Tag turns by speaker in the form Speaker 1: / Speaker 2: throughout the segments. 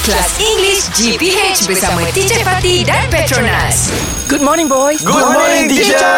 Speaker 1: Kelas English GPH bersama Teacher Fatih dan Petronas.
Speaker 2: Good morning, boys.
Speaker 3: Good morning, teacher.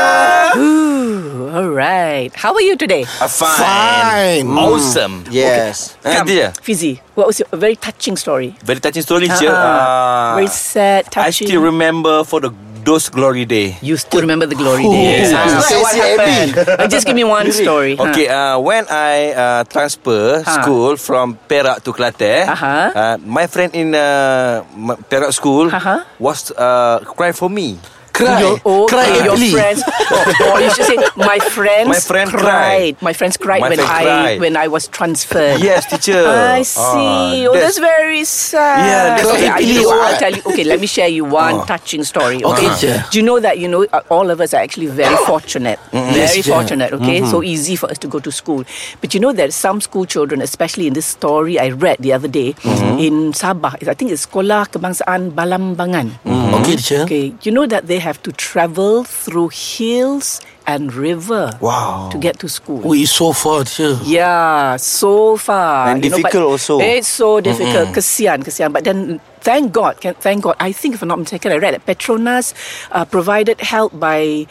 Speaker 2: Ooh, all right. How are you today?
Speaker 3: Uh, fine.
Speaker 4: Fine.
Speaker 3: Awesome.
Speaker 4: Yes.
Speaker 3: Okay. Uh, teacher,
Speaker 2: Um, Fizzy, what was your a very touching story?
Speaker 3: very touching story, teacher.
Speaker 2: Ah,
Speaker 3: Uh,
Speaker 2: very sad,
Speaker 3: I
Speaker 2: touching.
Speaker 3: still remember for the those glory day.
Speaker 2: you still remember the glory days.
Speaker 3: Yes.
Speaker 2: Ah, so
Speaker 4: Yes,
Speaker 2: what
Speaker 4: yeah,
Speaker 2: happened? Uh, just give me one story. huh?
Speaker 3: Okay, uh, when I uh, transfer
Speaker 2: Ha.
Speaker 3: school from Perak to Kelantan,
Speaker 2: Aha.
Speaker 3: uh, my friend in uh, m- Perak school
Speaker 2: Aha.
Speaker 3: was uh, cry for me.
Speaker 4: Cry.
Speaker 2: Your, oh,
Speaker 4: Cry
Speaker 2: okay, your
Speaker 4: happily.
Speaker 2: friends. Or, or you should say, my friends.
Speaker 3: My friend
Speaker 2: cried. My friends cried
Speaker 3: My
Speaker 2: when
Speaker 3: friend
Speaker 2: I
Speaker 3: cried.
Speaker 2: when I was transferred.
Speaker 3: Yes, teacher.
Speaker 2: I see.
Speaker 3: Ah,
Speaker 2: oh, that's very sad.
Speaker 3: Yeah, that's
Speaker 2: okay, I,
Speaker 4: happily
Speaker 2: you know,
Speaker 4: or
Speaker 2: I'll
Speaker 4: what?
Speaker 2: tell you. Okay, let me share you one
Speaker 3: Oh.
Speaker 2: touching story.
Speaker 4: Okay,
Speaker 2: Okay,
Speaker 4: teacher.
Speaker 2: do you know that you know uh, all of us are actually very fortunate, very
Speaker 3: Mm-hmm.
Speaker 4: Yes, teacher.
Speaker 2: fortunate. Okay, so easy for us to go to school, but you know there's some school children, especially in this story I read the other day
Speaker 3: Mm-hmm.
Speaker 2: in Sabah. I think it's Sekolah Kebangsaan Balambangan.
Speaker 3: Mm.
Speaker 4: Okay, teacher.
Speaker 2: Okay, you know that they have to travel through hills and river
Speaker 3: Wow.
Speaker 2: to get to school.
Speaker 4: We so far, teacher.
Speaker 2: Yeah, so far.
Speaker 3: And
Speaker 2: You know, but
Speaker 3: difficult also.
Speaker 2: It's so difficult. Kesian, kesian. But then, thank God, can- thank God. I think, if I'm not mistaken, I read that Petronas uh, provided help by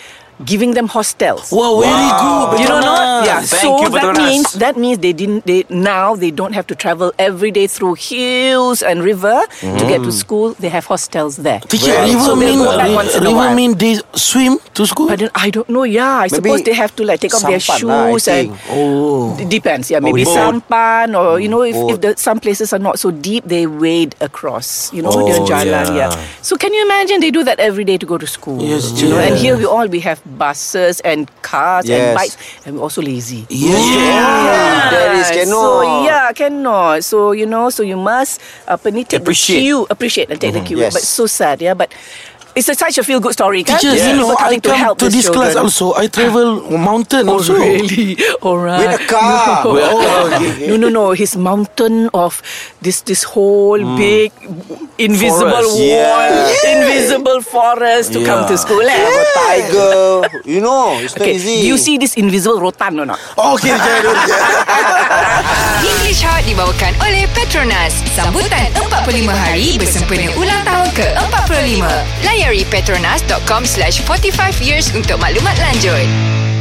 Speaker 2: giving them hostels.
Speaker 4: Wow, very good.
Speaker 2: You don't know?
Speaker 3: Petronas.
Speaker 2: Yeah.
Speaker 3: Thank
Speaker 2: so
Speaker 3: you,
Speaker 2: that
Speaker 3: Petronas.
Speaker 2: means that means they didn't they now they don't have to travel every day through hills and river to get to
Speaker 3: Mm.
Speaker 2: school. They have hostels there.
Speaker 4: Teacher,
Speaker 3: Well,
Speaker 4: river
Speaker 3: so
Speaker 4: mean
Speaker 3: we'll go
Speaker 2: back once in a
Speaker 4: river
Speaker 2: while.
Speaker 4: mean they swim to school.
Speaker 2: But then I don't know. Yeah, I suppose they have to like take off their
Speaker 3: sampan lah, I
Speaker 2: shoes and
Speaker 4: Oh,
Speaker 2: D- depends. Yeah, maybe
Speaker 3: boat.
Speaker 2: sampan or you know if, if
Speaker 3: Boat.
Speaker 2: the, some places are not so deep, they wade across. You know the
Speaker 3: Oh,
Speaker 2: jalan. Yeah.
Speaker 3: yeah.
Speaker 2: So can you imagine they do that every day to go to school?
Speaker 4: Yes,
Speaker 2: you know, and
Speaker 4: yes.
Speaker 2: here we all we have buses and cars and
Speaker 5: Yes.
Speaker 2: bikes, and we're also lazy.
Speaker 4: yes.
Speaker 2: Yeah.
Speaker 5: There is
Speaker 2: So
Speaker 5: cannot.
Speaker 2: yeah, cannot. So you know, so you must apa ni take
Speaker 3: Appreciate.
Speaker 2: the cue, appreciate and take the cue.
Speaker 5: Mm-hmm. Yes.
Speaker 2: But so sad, yeah. But it's a, such a feel good story. kan?
Speaker 4: Teacher, you
Speaker 2: People
Speaker 4: know, I
Speaker 2: coming
Speaker 4: come
Speaker 2: help
Speaker 4: to,
Speaker 2: these
Speaker 4: this class
Speaker 2: children.
Speaker 4: also. I travel mountain
Speaker 2: Oh,
Speaker 4: also.
Speaker 2: really? All right.
Speaker 5: With a car.
Speaker 2: No.
Speaker 5: With a car.
Speaker 2: no, no, no. His mountain of this this whole
Speaker 5: Mm.
Speaker 2: big invisible
Speaker 3: Forest.
Speaker 2: wall, invisible forest to
Speaker 3: Yeah.
Speaker 2: come to school. eh?
Speaker 5: tiger. You know, it's not
Speaker 2: Okay,
Speaker 5: easy.
Speaker 2: do you see this invisible rotan or not?
Speaker 4: Okay, teacher. teacher.
Speaker 1: English Hot dibawakan oleh Petronas. Sambutan 45 hari bersempena ulang tahun ke-45. Layari petronas.com slash 45 years untuk maklumat lanjut.